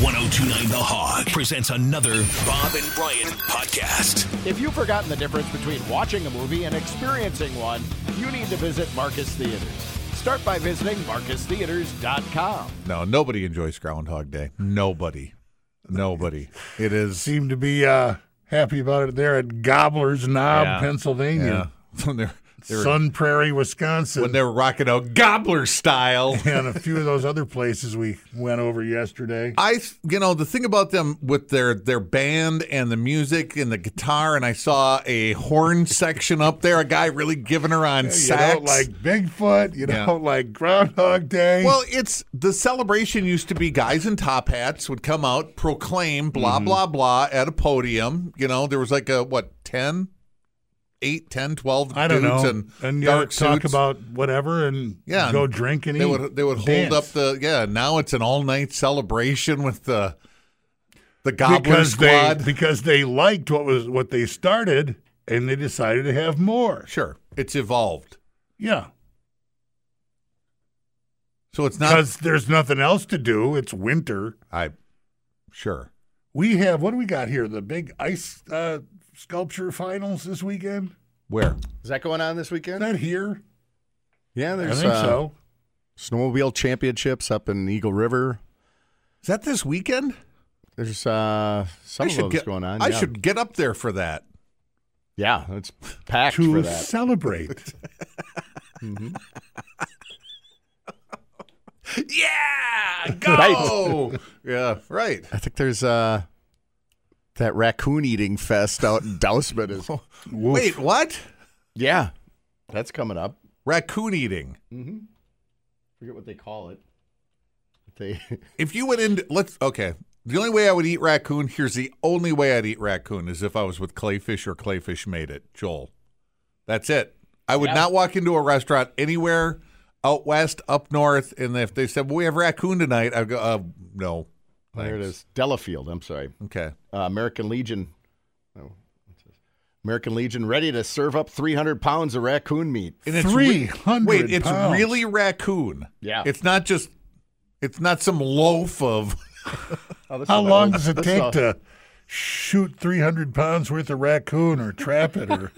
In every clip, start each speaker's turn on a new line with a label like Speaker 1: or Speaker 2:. Speaker 1: 1029 The Hog presents another Bob and Brian podcast.
Speaker 2: If you've forgotten the difference between watching a movie and experiencing one, you need to visit Marcus Theaters. Start by visiting marcustheaters.com.
Speaker 3: No, nobody enjoys Groundhog Day. Nobody. Nobody. It is.
Speaker 4: seem to be uh, happy about it there at Gobbler's Knob,
Speaker 3: Yeah. Yeah.
Speaker 4: Pennsylvania,
Speaker 3: When they're, they were-
Speaker 4: Sun Prairie, Wisconsin,
Speaker 3: when they're rocking out gobbler style.
Speaker 4: and a few of those other places we went over yesterday.
Speaker 3: I, you know, the thing about them with their their band and the music and the guitar, and I saw a horn section up there. A guy really giving her on
Speaker 4: You
Speaker 3: sax.
Speaker 4: don't like Bigfoot. You
Speaker 3: Yeah.
Speaker 4: don't like Groundhog Day.
Speaker 3: Well, it's the celebration used to be guys in top hats would come out, proclaim blah
Speaker 4: Mm-hmm.
Speaker 3: blah blah at a podium. You know, there was like a what 10 8 10 12
Speaker 4: I don't
Speaker 3: dudes
Speaker 4: know.
Speaker 3: and,
Speaker 4: And you
Speaker 3: dark
Speaker 4: talk
Speaker 3: suits.
Speaker 4: about whatever and
Speaker 3: Yeah,
Speaker 4: go
Speaker 3: and
Speaker 4: drink and
Speaker 3: they
Speaker 4: eat.
Speaker 3: would they would hold
Speaker 4: Dance.
Speaker 3: up the yeah, now it's an all-night celebration with the the gobbler
Speaker 4: because they
Speaker 3: squad.
Speaker 4: because they liked what was what they started and they decided to have more.
Speaker 3: sure, it's evolved.
Speaker 4: Yeah.
Speaker 3: So it's not
Speaker 4: Because there's nothing else to do. It's winter.
Speaker 3: I sure.
Speaker 4: We have what do we got here? The big ice uh, sculpture finals this weekend.
Speaker 3: Where?
Speaker 5: Is that going on this
Speaker 4: Is
Speaker 5: weekend?
Speaker 4: that here?
Speaker 5: Yeah,
Speaker 4: I
Speaker 5: there's
Speaker 4: think
Speaker 5: uh,
Speaker 4: so.
Speaker 5: snowmobile championships up in Eagle River.
Speaker 3: Is that this weekend?
Speaker 5: There's uh, some
Speaker 3: I
Speaker 5: of
Speaker 3: should
Speaker 5: those
Speaker 3: get
Speaker 5: going on.
Speaker 3: I
Speaker 5: yeah.
Speaker 3: should get up there for that.
Speaker 5: Yeah, it's packed for
Speaker 4: To
Speaker 5: that.
Speaker 4: celebrate,
Speaker 3: Yeah, go. Yeah, right.
Speaker 5: I think there's uh, that raccoon eating fest out in Dousman. Is
Speaker 3: Wait, what?
Speaker 5: yeah, that's coming up.
Speaker 3: Raccoon eating.
Speaker 5: Mm-hmm. Forget what they call it. They
Speaker 3: If you went into let's okay. The only way I would eat raccoon, here's the only way I'd eat raccoon is if I was with Clayfish or Clayfish made it, Joel. That's it. I would not walk into a restaurant anywhere out west, up north, and if they said, well, "We have raccoon tonight," I'd go, uh, "No."
Speaker 5: there it
Speaker 3: thanks."
Speaker 5: is. Delafield. I'm sorry.
Speaker 3: Okay.
Speaker 5: uh, American Legion. Oh, what's this? American Legion ready to serve up 300 pounds of raccoon meat.
Speaker 3: And
Speaker 4: three hundred.
Speaker 3: Wait, it's really raccoon.
Speaker 5: Yeah.
Speaker 3: It's not just. It's not some loaf of.
Speaker 5: Oh, this
Speaker 4: How
Speaker 5: is
Speaker 4: long
Speaker 5: old-
Speaker 4: does it
Speaker 5: this
Speaker 4: take
Speaker 5: is
Speaker 4: to shoot three hundred pounds worth of raccoon or trap it? Or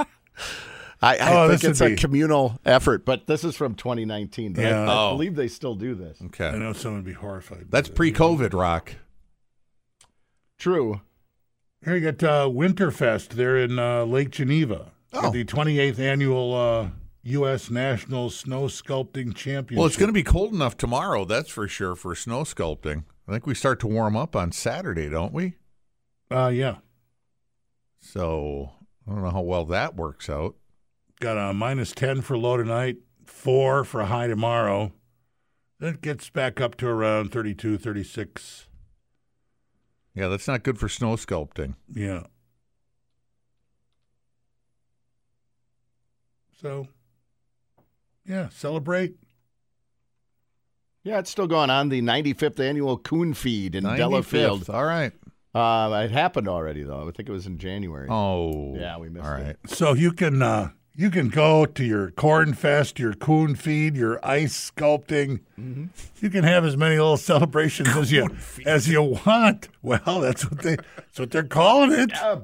Speaker 5: I, I
Speaker 4: Oh,
Speaker 5: think
Speaker 4: this
Speaker 5: it's
Speaker 4: would
Speaker 5: a
Speaker 4: be-
Speaker 5: communal effort, but this is from 2019. but I-
Speaker 4: Yeah.
Speaker 5: I,
Speaker 3: Oh.
Speaker 5: believe they still do this.
Speaker 4: I
Speaker 3: Okay.
Speaker 4: know someone would be horrified. by
Speaker 3: That's
Speaker 4: that.
Speaker 3: pre-COVID rock.
Speaker 5: True.
Speaker 4: Here you got uh, Winterfest there in uh, Lake Geneva.
Speaker 3: Oh.
Speaker 4: At the 28th annual uh, U.S. National Snow Sculpting Championship.
Speaker 3: Well, it's going to be cold enough tomorrow, that's for sure, for snow sculpting. I think we start to warm up on Saturday, don't we?
Speaker 4: to. Uh, yeah.
Speaker 3: So I don't know how well that works out.
Speaker 4: Got a minus 10 for low tonight, four for a high tomorrow. Then it gets back up to around 32, 36.
Speaker 3: Yeah, that's not good for snow sculpting.
Speaker 4: Yeah. So, yeah, celebrate.
Speaker 5: Yeah, it's still going on. The 95th annual coon feed in
Speaker 3: 95th.
Speaker 5: Delafield.
Speaker 3: All right.
Speaker 5: Uh, it happened already, though. I think it was in January.
Speaker 3: Oh.
Speaker 5: Yeah, we missed
Speaker 3: All
Speaker 5: it.
Speaker 3: right.
Speaker 4: So you can uh, you can go to your corn fest, your coon feed, your ice sculpting. You can have as many little celebrations as you as you want. Well, that's what they that's what they're calling it.
Speaker 5: Uh,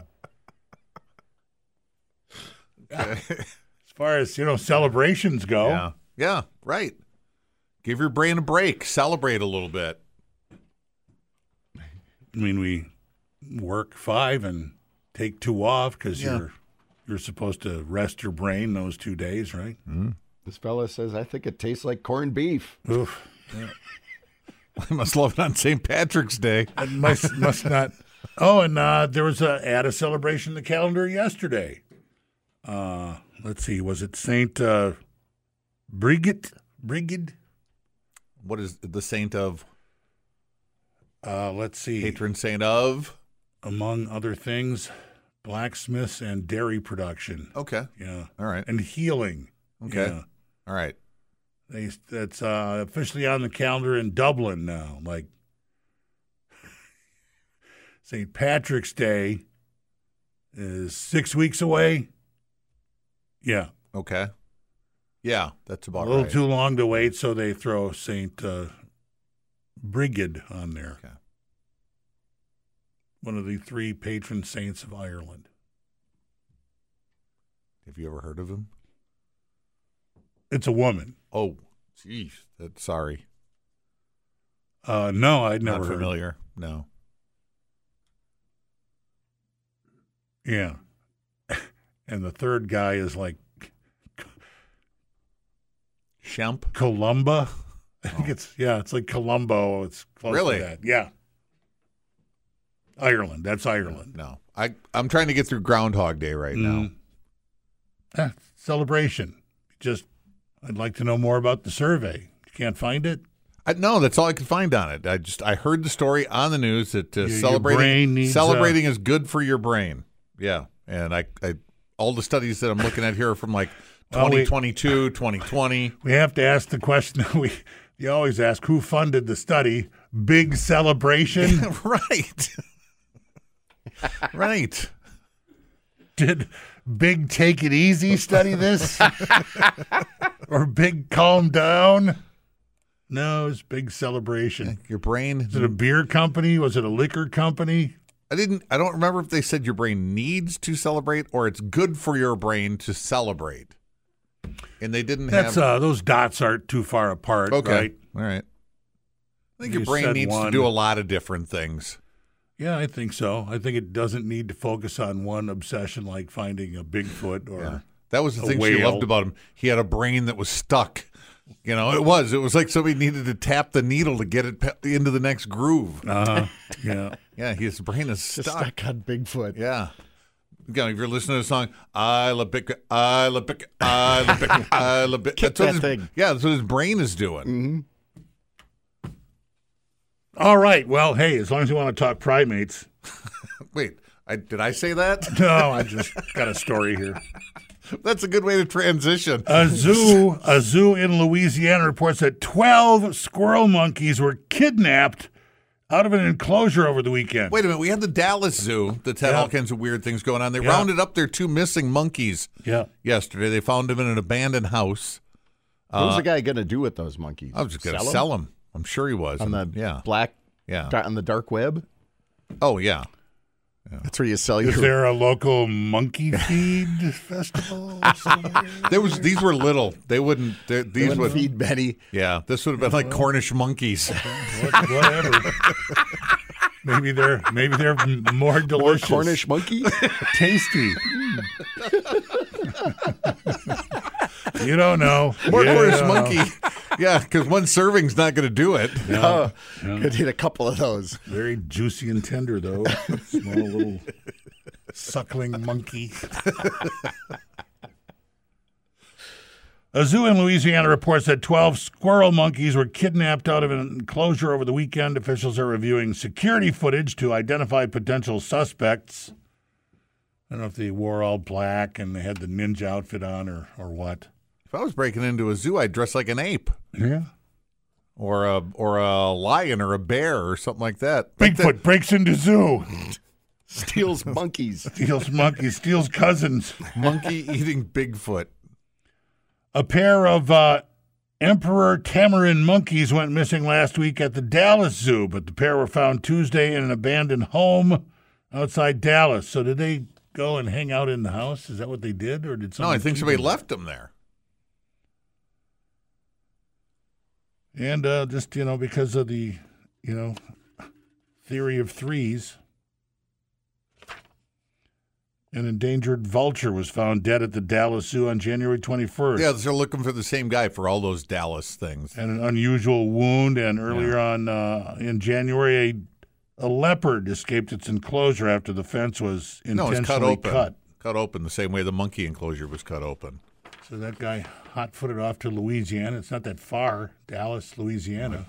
Speaker 4: As far as you know, celebrations go.
Speaker 3: Yeah.
Speaker 5: Oh.
Speaker 3: Yeah, right. Give your brain a break. Celebrate a little bit.
Speaker 4: I mean, we work five and take two off because
Speaker 3: Yeah.
Speaker 4: you're you're supposed to rest your brain those two days, right?
Speaker 3: Mm.
Speaker 5: This fella says, I think it tastes like corned beef.
Speaker 4: Oof.
Speaker 3: I must love it on St. Patrick's Day.
Speaker 4: It must must not. Oh, and uh, there was a add a celebration to the calendar yesterday. Uh, let's see, was it Saint uh, Brigid? Brigid?
Speaker 3: What is the saint of,
Speaker 4: Uh, let's see.
Speaker 3: patron saint of?
Speaker 4: Among other things, blacksmiths and dairy production.
Speaker 3: Okay.
Speaker 4: Yeah,
Speaker 3: All right.
Speaker 4: and healing.
Speaker 3: Okay.
Speaker 4: Yeah.
Speaker 3: All right.
Speaker 4: They that's uh, officially on the calendar in Dublin now. Like St. Patrick's Day is six weeks away. Yeah,
Speaker 3: Okay. Yeah, that's
Speaker 4: a
Speaker 3: about
Speaker 4: little
Speaker 3: right.
Speaker 4: too long to wait, so they throw St. Uh, Brigid on there.
Speaker 3: Okay.
Speaker 4: one of the three patron saints of Ireland.
Speaker 3: Have you ever heard of him?
Speaker 4: It's a woman.
Speaker 3: Oh, jeez. That, sorry.
Speaker 4: Uh, no, I'd never
Speaker 3: Not
Speaker 4: heard.
Speaker 3: familiar. No.
Speaker 4: Yeah. And the third guy is like
Speaker 3: Shemp.
Speaker 4: Columba. I think it's yeah, it's like Columbo. It's close
Speaker 3: Oh. Really?
Speaker 4: to that. Yeah. Ireland. That's Ireland.
Speaker 3: No. I, I'm trying to get through Groundhog Day right now.
Speaker 4: Mm. Ah, celebration. Just I'd like to know more about the survey. You can't find it?
Speaker 3: I, no, that's all I could find on it. I just I heard the story on the news that uh,
Speaker 4: Your- your brain
Speaker 3: celebrating
Speaker 4: needs, uh,
Speaker 3: celebrating is good for your brain. Yeah, and I, I all the studies that I'm looking at here are from like
Speaker 4: Well, we-
Speaker 3: 2022, 2020.
Speaker 4: We have to ask the question we you always ask who funded the study? Big celebration?
Speaker 3: right, right.
Speaker 4: Did Big Take It Easy study this? or Big Calm Down? No, it's Big Celebration.
Speaker 3: Your brain.
Speaker 4: Is it a beer company? Was it a liquor company?
Speaker 3: I didn't. I don't remember if they said your brain needs to celebrate or it's good for your brain to celebrate. And they didn't
Speaker 4: That's
Speaker 3: have.
Speaker 4: uh, those dots aren't too far apart,
Speaker 3: okay.
Speaker 4: right?
Speaker 3: All right. I think
Speaker 4: You
Speaker 3: your brain
Speaker 4: said
Speaker 3: needs to
Speaker 4: one.
Speaker 3: do a lot of different things.
Speaker 4: Yeah, I think so. I think it doesn't need to focus on one obsession like finding a Bigfoot or
Speaker 3: Yeah. That was the
Speaker 4: a
Speaker 3: thing she
Speaker 4: whale.
Speaker 3: loved about him. He had a brain that was stuck. You know, it was. It was like somebody needed to tap the needle to get it pe- into the next groove.
Speaker 4: Uh, yeah.
Speaker 3: Yeah, his brain is
Speaker 5: Just Uh,
Speaker 3: stuck.
Speaker 5: stuck on Bigfoot.
Speaker 3: Yeah. You know, if you're listening to the song, I love Bitcoin, I love Bitcoin, I love Bitcoin, I love Bitcoin.
Speaker 5: Kick
Speaker 3: That's what
Speaker 5: that
Speaker 3: his-
Speaker 5: thing. Mm-hmm.
Speaker 3: Yeah, that's what his brain is doing.
Speaker 4: All right. Well, hey, as long as you want to talk primates.
Speaker 3: Wait, I, did I say that?
Speaker 4: No, I just got a story here.
Speaker 3: That's a good way to transition.
Speaker 4: A zoo, a zoo in Louisiana reports that 12 squirrel monkeys were kidnapped out of an enclosure over the weekend.
Speaker 3: Wait a minute. We had the Dallas Zoo that's had
Speaker 4: Yeah.
Speaker 3: all kinds of weird things going on. They
Speaker 4: Yeah.
Speaker 3: rounded up their two missing monkeys
Speaker 4: Yeah.
Speaker 3: yesterday. They found them in an abandoned house.
Speaker 5: What was the guy going to do with those monkeys?
Speaker 3: I was just gonna sell,
Speaker 5: 'em?
Speaker 3: him. I'm sure he was.
Speaker 5: on the
Speaker 3: yeah,
Speaker 5: black
Speaker 3: yeah.
Speaker 5: on the dark web.
Speaker 3: Oh yeah.
Speaker 5: That's where you sell your
Speaker 4: Is there a local monkey feed festival? somewhere?
Speaker 3: There was these were little. They wouldn't. they-
Speaker 5: you
Speaker 3: These
Speaker 5: wouldn't
Speaker 3: would.
Speaker 5: feed Betty.
Speaker 3: Yeah, this would have been like Cornish monkeys.
Speaker 4: What- Whatever. Maybe they're maybe they're m- more
Speaker 5: Or
Speaker 4: delicious,
Speaker 5: Cornish monkey?
Speaker 4: tasty. you don't know.
Speaker 3: More
Speaker 4: You don't
Speaker 3: Cornish
Speaker 4: know.
Speaker 3: monkey. Yeah, because one serving's not going to do it.
Speaker 5: no. Oh, Could hit a couple of those.
Speaker 4: Very juicy and tender, though. Small little suckling monkey. A zoo in Louisiana reports that 12 squirrel monkeys were kidnapped out of an enclosure over the weekend. Officials are reviewing security footage to identify potential suspects. I don't know if they wore all black and they had the ninja outfit on or, or what.
Speaker 3: If I was breaking into a zoo, I'd dress like an ape
Speaker 4: Yeah.
Speaker 3: or a or a lion or a bear or something like that. Like that-
Speaker 4: Bigfoot breaks into zoo,
Speaker 5: Steals monkeys.
Speaker 4: steals monkeys, steals cousins.
Speaker 3: monkey eating Bigfoot.
Speaker 4: A pair of uh, emperor tamarin monkeys went missing last week at the Dallas Zoo, but the pair were found Tuesday in an abandoned home outside Dallas. So did they go and hang out in the house? Is that what they did, or did
Speaker 3: No,
Speaker 4: someone
Speaker 3: I think
Speaker 4: keep
Speaker 3: somebody
Speaker 4: them?
Speaker 3: left them there.
Speaker 4: And uh, just you know, because of the you know theory of threes, an endangered vulture was found dead at the Dallas Zoo on January twenty first.
Speaker 3: Yeah, they're looking for the same guy for all those Dallas things.
Speaker 4: and an unusual wound. And earlier on uh, in January, a, a leopard escaped its enclosure after the fence was
Speaker 3: No,
Speaker 4: intentionally
Speaker 3: it's cut open.
Speaker 4: cut.
Speaker 3: Cut open the same way the monkey enclosure was cut open.
Speaker 4: So that guy hot footed off to Louisiana. It's not that far, Dallas, Louisiana.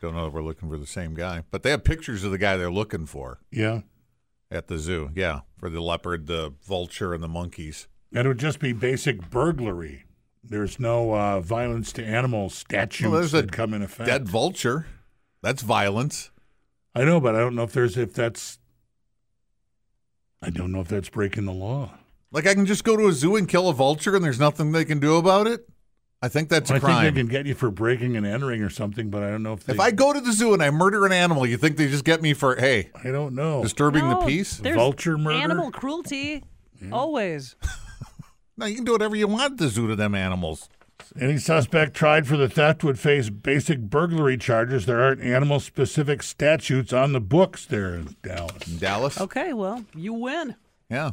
Speaker 3: Don't know if we're looking for the same guy, but they have pictures of the guy they're looking for
Speaker 4: Yeah.
Speaker 3: at the zoo. Yeah, for the leopard, the vulture, and the monkeys.
Speaker 4: And it would just be basic burglary. There's no uh, violence to animals statutes
Speaker 3: Well, there's a
Speaker 4: that come in effect.
Speaker 3: Dead vulture. That's violence.
Speaker 4: I know, but I don't know if there's if that's. I don't know if that's breaking the law.
Speaker 3: Like I can just go to a zoo and kill a vulture, and there's nothing they can do about it. I think that's
Speaker 4: I
Speaker 3: a crime.
Speaker 4: think they can get you for breaking and entering or something, but I don't know if they.
Speaker 3: if I go to the zoo and I murder an animal, you think they just get me for hey
Speaker 4: I don't know.
Speaker 3: disturbing the
Speaker 6: No,
Speaker 3: peace?
Speaker 6: there's
Speaker 4: Vulture murder?
Speaker 6: Animal cruelty. Always.
Speaker 3: No, you can do whatever you want at the zoo to them animals.
Speaker 4: Any suspect tried for the theft would face basic burglary charges. There aren't animal specific statutes on the books there in Dallas.
Speaker 3: In Dallas,
Speaker 6: Okay, well, you win.
Speaker 3: yeah.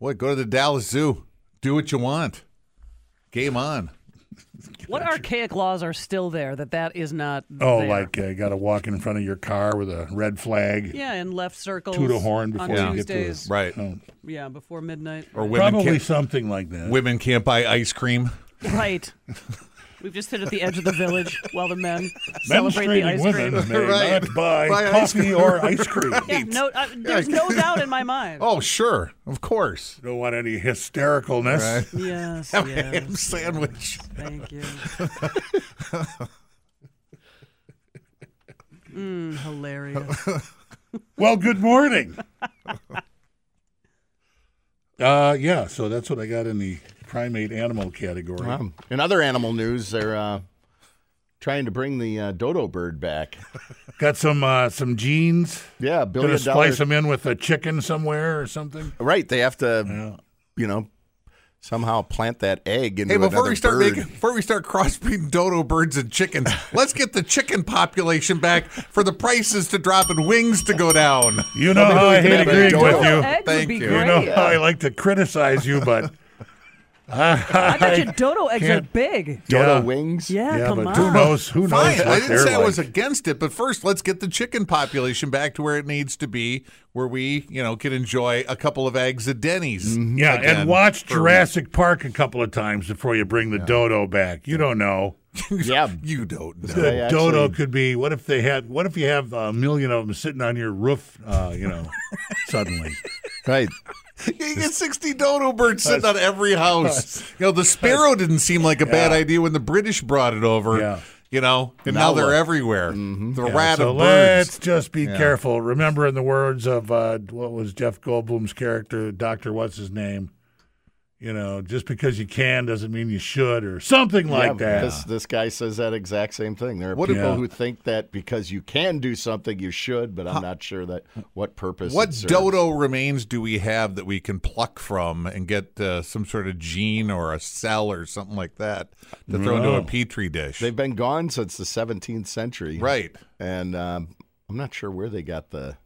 Speaker 3: Boy, go to the Dallas Zoo. Do what you want. Game on.
Speaker 6: What archaic laws are still there that that is not?
Speaker 4: Oh,
Speaker 6: there?
Speaker 4: like uh, got to walk in front of your car with a red flag.
Speaker 6: yeah, and left circles.
Speaker 4: Toot a horn
Speaker 6: on
Speaker 4: before you get to the-
Speaker 6: Tuesdays.
Speaker 3: Right.
Speaker 4: Oh,
Speaker 6: Yeah, before midnight.
Speaker 3: Or women
Speaker 4: probably
Speaker 3: can't,
Speaker 4: something like that.
Speaker 3: women can't buy ice cream.
Speaker 6: Right. We've just hit at the edge of the village while the men celebrate the
Speaker 4: Menstruating
Speaker 6: ice
Speaker 4: women
Speaker 6: cream.
Speaker 4: may
Speaker 3: Right.
Speaker 4: not buy,
Speaker 3: Buy ice
Speaker 4: coffee or ice cream.
Speaker 6: Yeah, no, uh, there's no doubt in my mind.
Speaker 3: Oh, sure. Of course.
Speaker 4: Don't want any hystericalness.
Speaker 3: Right.
Speaker 6: Yes,
Speaker 3: Have a ham
Speaker 6: yes.
Speaker 3: sandwich.
Speaker 6: Thank you. Mm, hilarious.
Speaker 4: Well, good morning. uh, yeah, so that's what I got in the primate animal category.
Speaker 5: Wow. In other animal news, they're uh, trying to bring the uh, dodo bird back.
Speaker 4: Got some uh, some jeans.
Speaker 5: Yeah,
Speaker 4: Gonna
Speaker 5: billion
Speaker 4: splice
Speaker 5: dollars.
Speaker 4: them in with a chicken somewhere or something.
Speaker 5: Right, they have to, you know, somehow plant that egg into
Speaker 3: Hey, before
Speaker 5: another
Speaker 3: we start
Speaker 5: bird.
Speaker 3: making, before we start crossbreeding dodo birds and chickens, let's get the chicken population back for the prices to drop and wings to go down.
Speaker 4: You know how I
Speaker 5: can
Speaker 4: hate
Speaker 5: have a
Speaker 4: agreeing
Speaker 5: dodo.
Speaker 4: with
Speaker 6: Well,
Speaker 4: you.
Speaker 6: eggs would
Speaker 3: Thank
Speaker 6: be
Speaker 3: you.
Speaker 6: great.
Speaker 4: You know how I like to criticize you, but
Speaker 6: I bet you dodo eggs are
Speaker 4: can't-
Speaker 6: big.
Speaker 5: dodo
Speaker 4: Yeah.
Speaker 5: wings.
Speaker 6: Yeah,
Speaker 4: yeah,
Speaker 6: come
Speaker 4: but
Speaker 6: on.
Speaker 4: who knows? Who knows?
Speaker 3: Fine,
Speaker 4: what
Speaker 3: I didn't
Speaker 4: they're
Speaker 3: say I was
Speaker 4: like.
Speaker 3: against it, but first let's get the chicken population back to where it needs to be, where we, you know, can enjoy a couple of eggs at Denny's.
Speaker 4: Yeah,
Speaker 3: again
Speaker 4: and watch
Speaker 3: for-
Speaker 4: Jurassic Park a couple of times before you bring the dodo back. You don't know.
Speaker 5: Yeah,
Speaker 3: You don't know.
Speaker 4: The
Speaker 5: I
Speaker 4: dodo
Speaker 5: actually-
Speaker 4: could be. What if they had? What if you have a million of them sitting on your roof? Uh, you know, suddenly.
Speaker 5: right.
Speaker 3: you get sixty dodo birds sitting on every house. You know, the sparrow didn't seem like a bad idea when the British brought it over.
Speaker 4: Yeah.
Speaker 3: You know, and now,
Speaker 5: Now
Speaker 3: they're
Speaker 5: what?
Speaker 3: everywhere. The rat
Speaker 4: so
Speaker 3: of birds.
Speaker 4: let's just be careful. Remember, in the words of uh, what was Jeff Goldblum's character, Doctor, what's his name? You know, just because you can doesn't mean you should, or something
Speaker 5: Yeah,
Speaker 4: like that.
Speaker 5: This, this guy says that exact same thing. There are
Speaker 3: What-
Speaker 5: people
Speaker 4: Yeah.
Speaker 5: who think that because you can do something, you should, but I'm not sure that what purpose.
Speaker 3: What
Speaker 5: it serves.
Speaker 3: dodo remains do we have that we can pluck from and get uh, some sort of gene or a cell or something like that to throw into a petri dish?
Speaker 5: They've been gone since the 17th century,
Speaker 3: right.
Speaker 5: And um, I'm not sure where they got the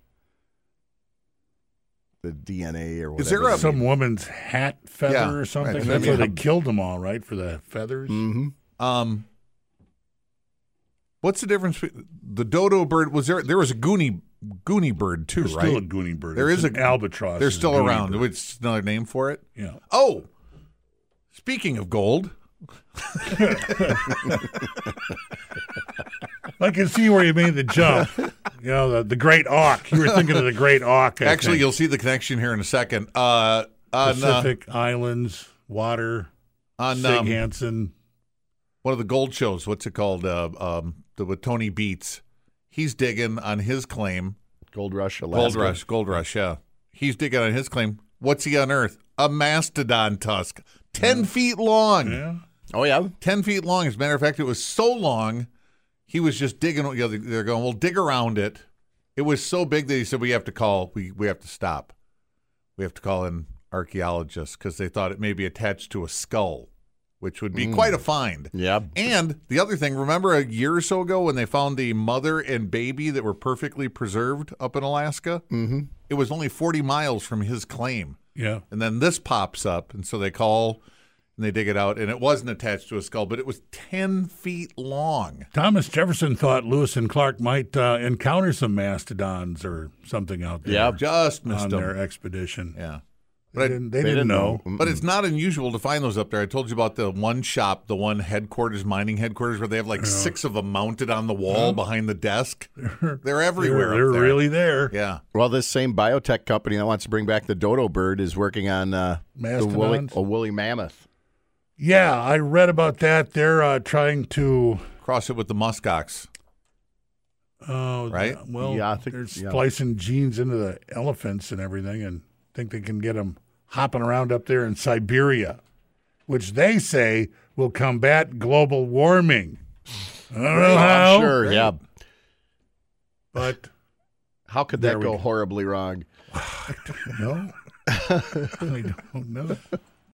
Speaker 5: the DNA or whatever.
Speaker 3: Is there a-
Speaker 4: Some woman's hat feather
Speaker 3: Yeah,
Speaker 4: or something.
Speaker 3: right.
Speaker 4: That's
Speaker 3: I
Speaker 4: why
Speaker 3: mean,
Speaker 4: they killed them all, right? For the feathers.
Speaker 5: hmm
Speaker 3: Um, what's the difference? be- The dodo bird was there. There was a goonie goonie bird too,
Speaker 4: There's
Speaker 3: right?
Speaker 4: still a goonie bird.
Speaker 3: There
Speaker 4: It's
Speaker 3: is
Speaker 4: an
Speaker 3: a-
Speaker 4: albatross.
Speaker 3: They're
Speaker 4: is a
Speaker 3: still
Speaker 4: Goonie
Speaker 3: around.
Speaker 4: bird.
Speaker 3: It's another name for it.
Speaker 4: Yeah.
Speaker 3: Oh, speaking of gold,
Speaker 4: I can see where you made the jump. you know, the, the great auk. You were thinking of the great auk. I
Speaker 3: actually,
Speaker 4: think.
Speaker 3: you'll see the connection here in a second. Uh, on uh,
Speaker 4: Pacific Islands, water,
Speaker 3: on
Speaker 4: Sig
Speaker 3: um,
Speaker 4: Hansen.
Speaker 3: one of the gold shows. What's it called? Uh, um, the with Tony Beats. He's digging on his claim.
Speaker 5: gold rush?
Speaker 3: Gold
Speaker 5: Alaska.
Speaker 3: rush, gold rush. Yeah, he's digging on his claim. What's he unearthed? A mastodon tusk, ten feet long.
Speaker 4: Yeah.
Speaker 5: Oh yeah,
Speaker 3: 10 feet long. As a matter of fact, it was so long, he was just digging. You know, they- they're going, well, dig around it. It was so big that he said, we have to call, we, we have to stop. We have to call in archaeologists because they thought it may be attached to a skull, which would be quite a find.
Speaker 5: yeah.
Speaker 3: And the other thing, remember a year or so ago when they found the mother and baby that were perfectly preserved up in Alaska? Mm-hmm. It was only 40 miles from his claim.
Speaker 4: Yeah.
Speaker 3: And then this pops up, and so they call and they dig it out, and it wasn't attached to a skull, but it was ten feet long.
Speaker 4: Thomas Jefferson thought Lewis and Clark might uh, encounter some mastodons or something out there
Speaker 5: Yeah.
Speaker 3: Just
Speaker 4: on
Speaker 3: missed
Speaker 4: their
Speaker 3: them.
Speaker 4: expedition.
Speaker 3: Yeah,
Speaker 4: They, didn't, they, didn't, know.
Speaker 5: Mm-mm.
Speaker 3: but it's not unusual to find those up there. I told you about the one shop, the one headquarters, mining headquarters, where they have like six of them mounted on the wall behind the desk. They're
Speaker 4: They were-
Speaker 3: everywhere. up
Speaker 4: They're,
Speaker 3: there.
Speaker 4: really there.
Speaker 3: Yeah.
Speaker 5: Well, this same biotech company that wants to bring back the dodo bird is working on uh, the woolly,
Speaker 4: Mastodons?
Speaker 5: a woolly mammoth.
Speaker 4: Yeah, I read about that. They're uh, trying to.
Speaker 3: Cross it with the muskox.
Speaker 4: Uh,
Speaker 3: Right?
Speaker 4: Well,
Speaker 5: Yeah, I think-
Speaker 4: they're
Speaker 5: yeah.
Speaker 4: splicing genes into the elephants and everything, and think they can get them hopping around up there in Siberia. which they say will combat global warming. I don't know how,
Speaker 5: I'm sure, yeah.
Speaker 4: but
Speaker 5: How could
Speaker 4: There
Speaker 5: that
Speaker 4: we
Speaker 5: go
Speaker 4: go.
Speaker 5: horribly wrong?
Speaker 4: no, I don't know.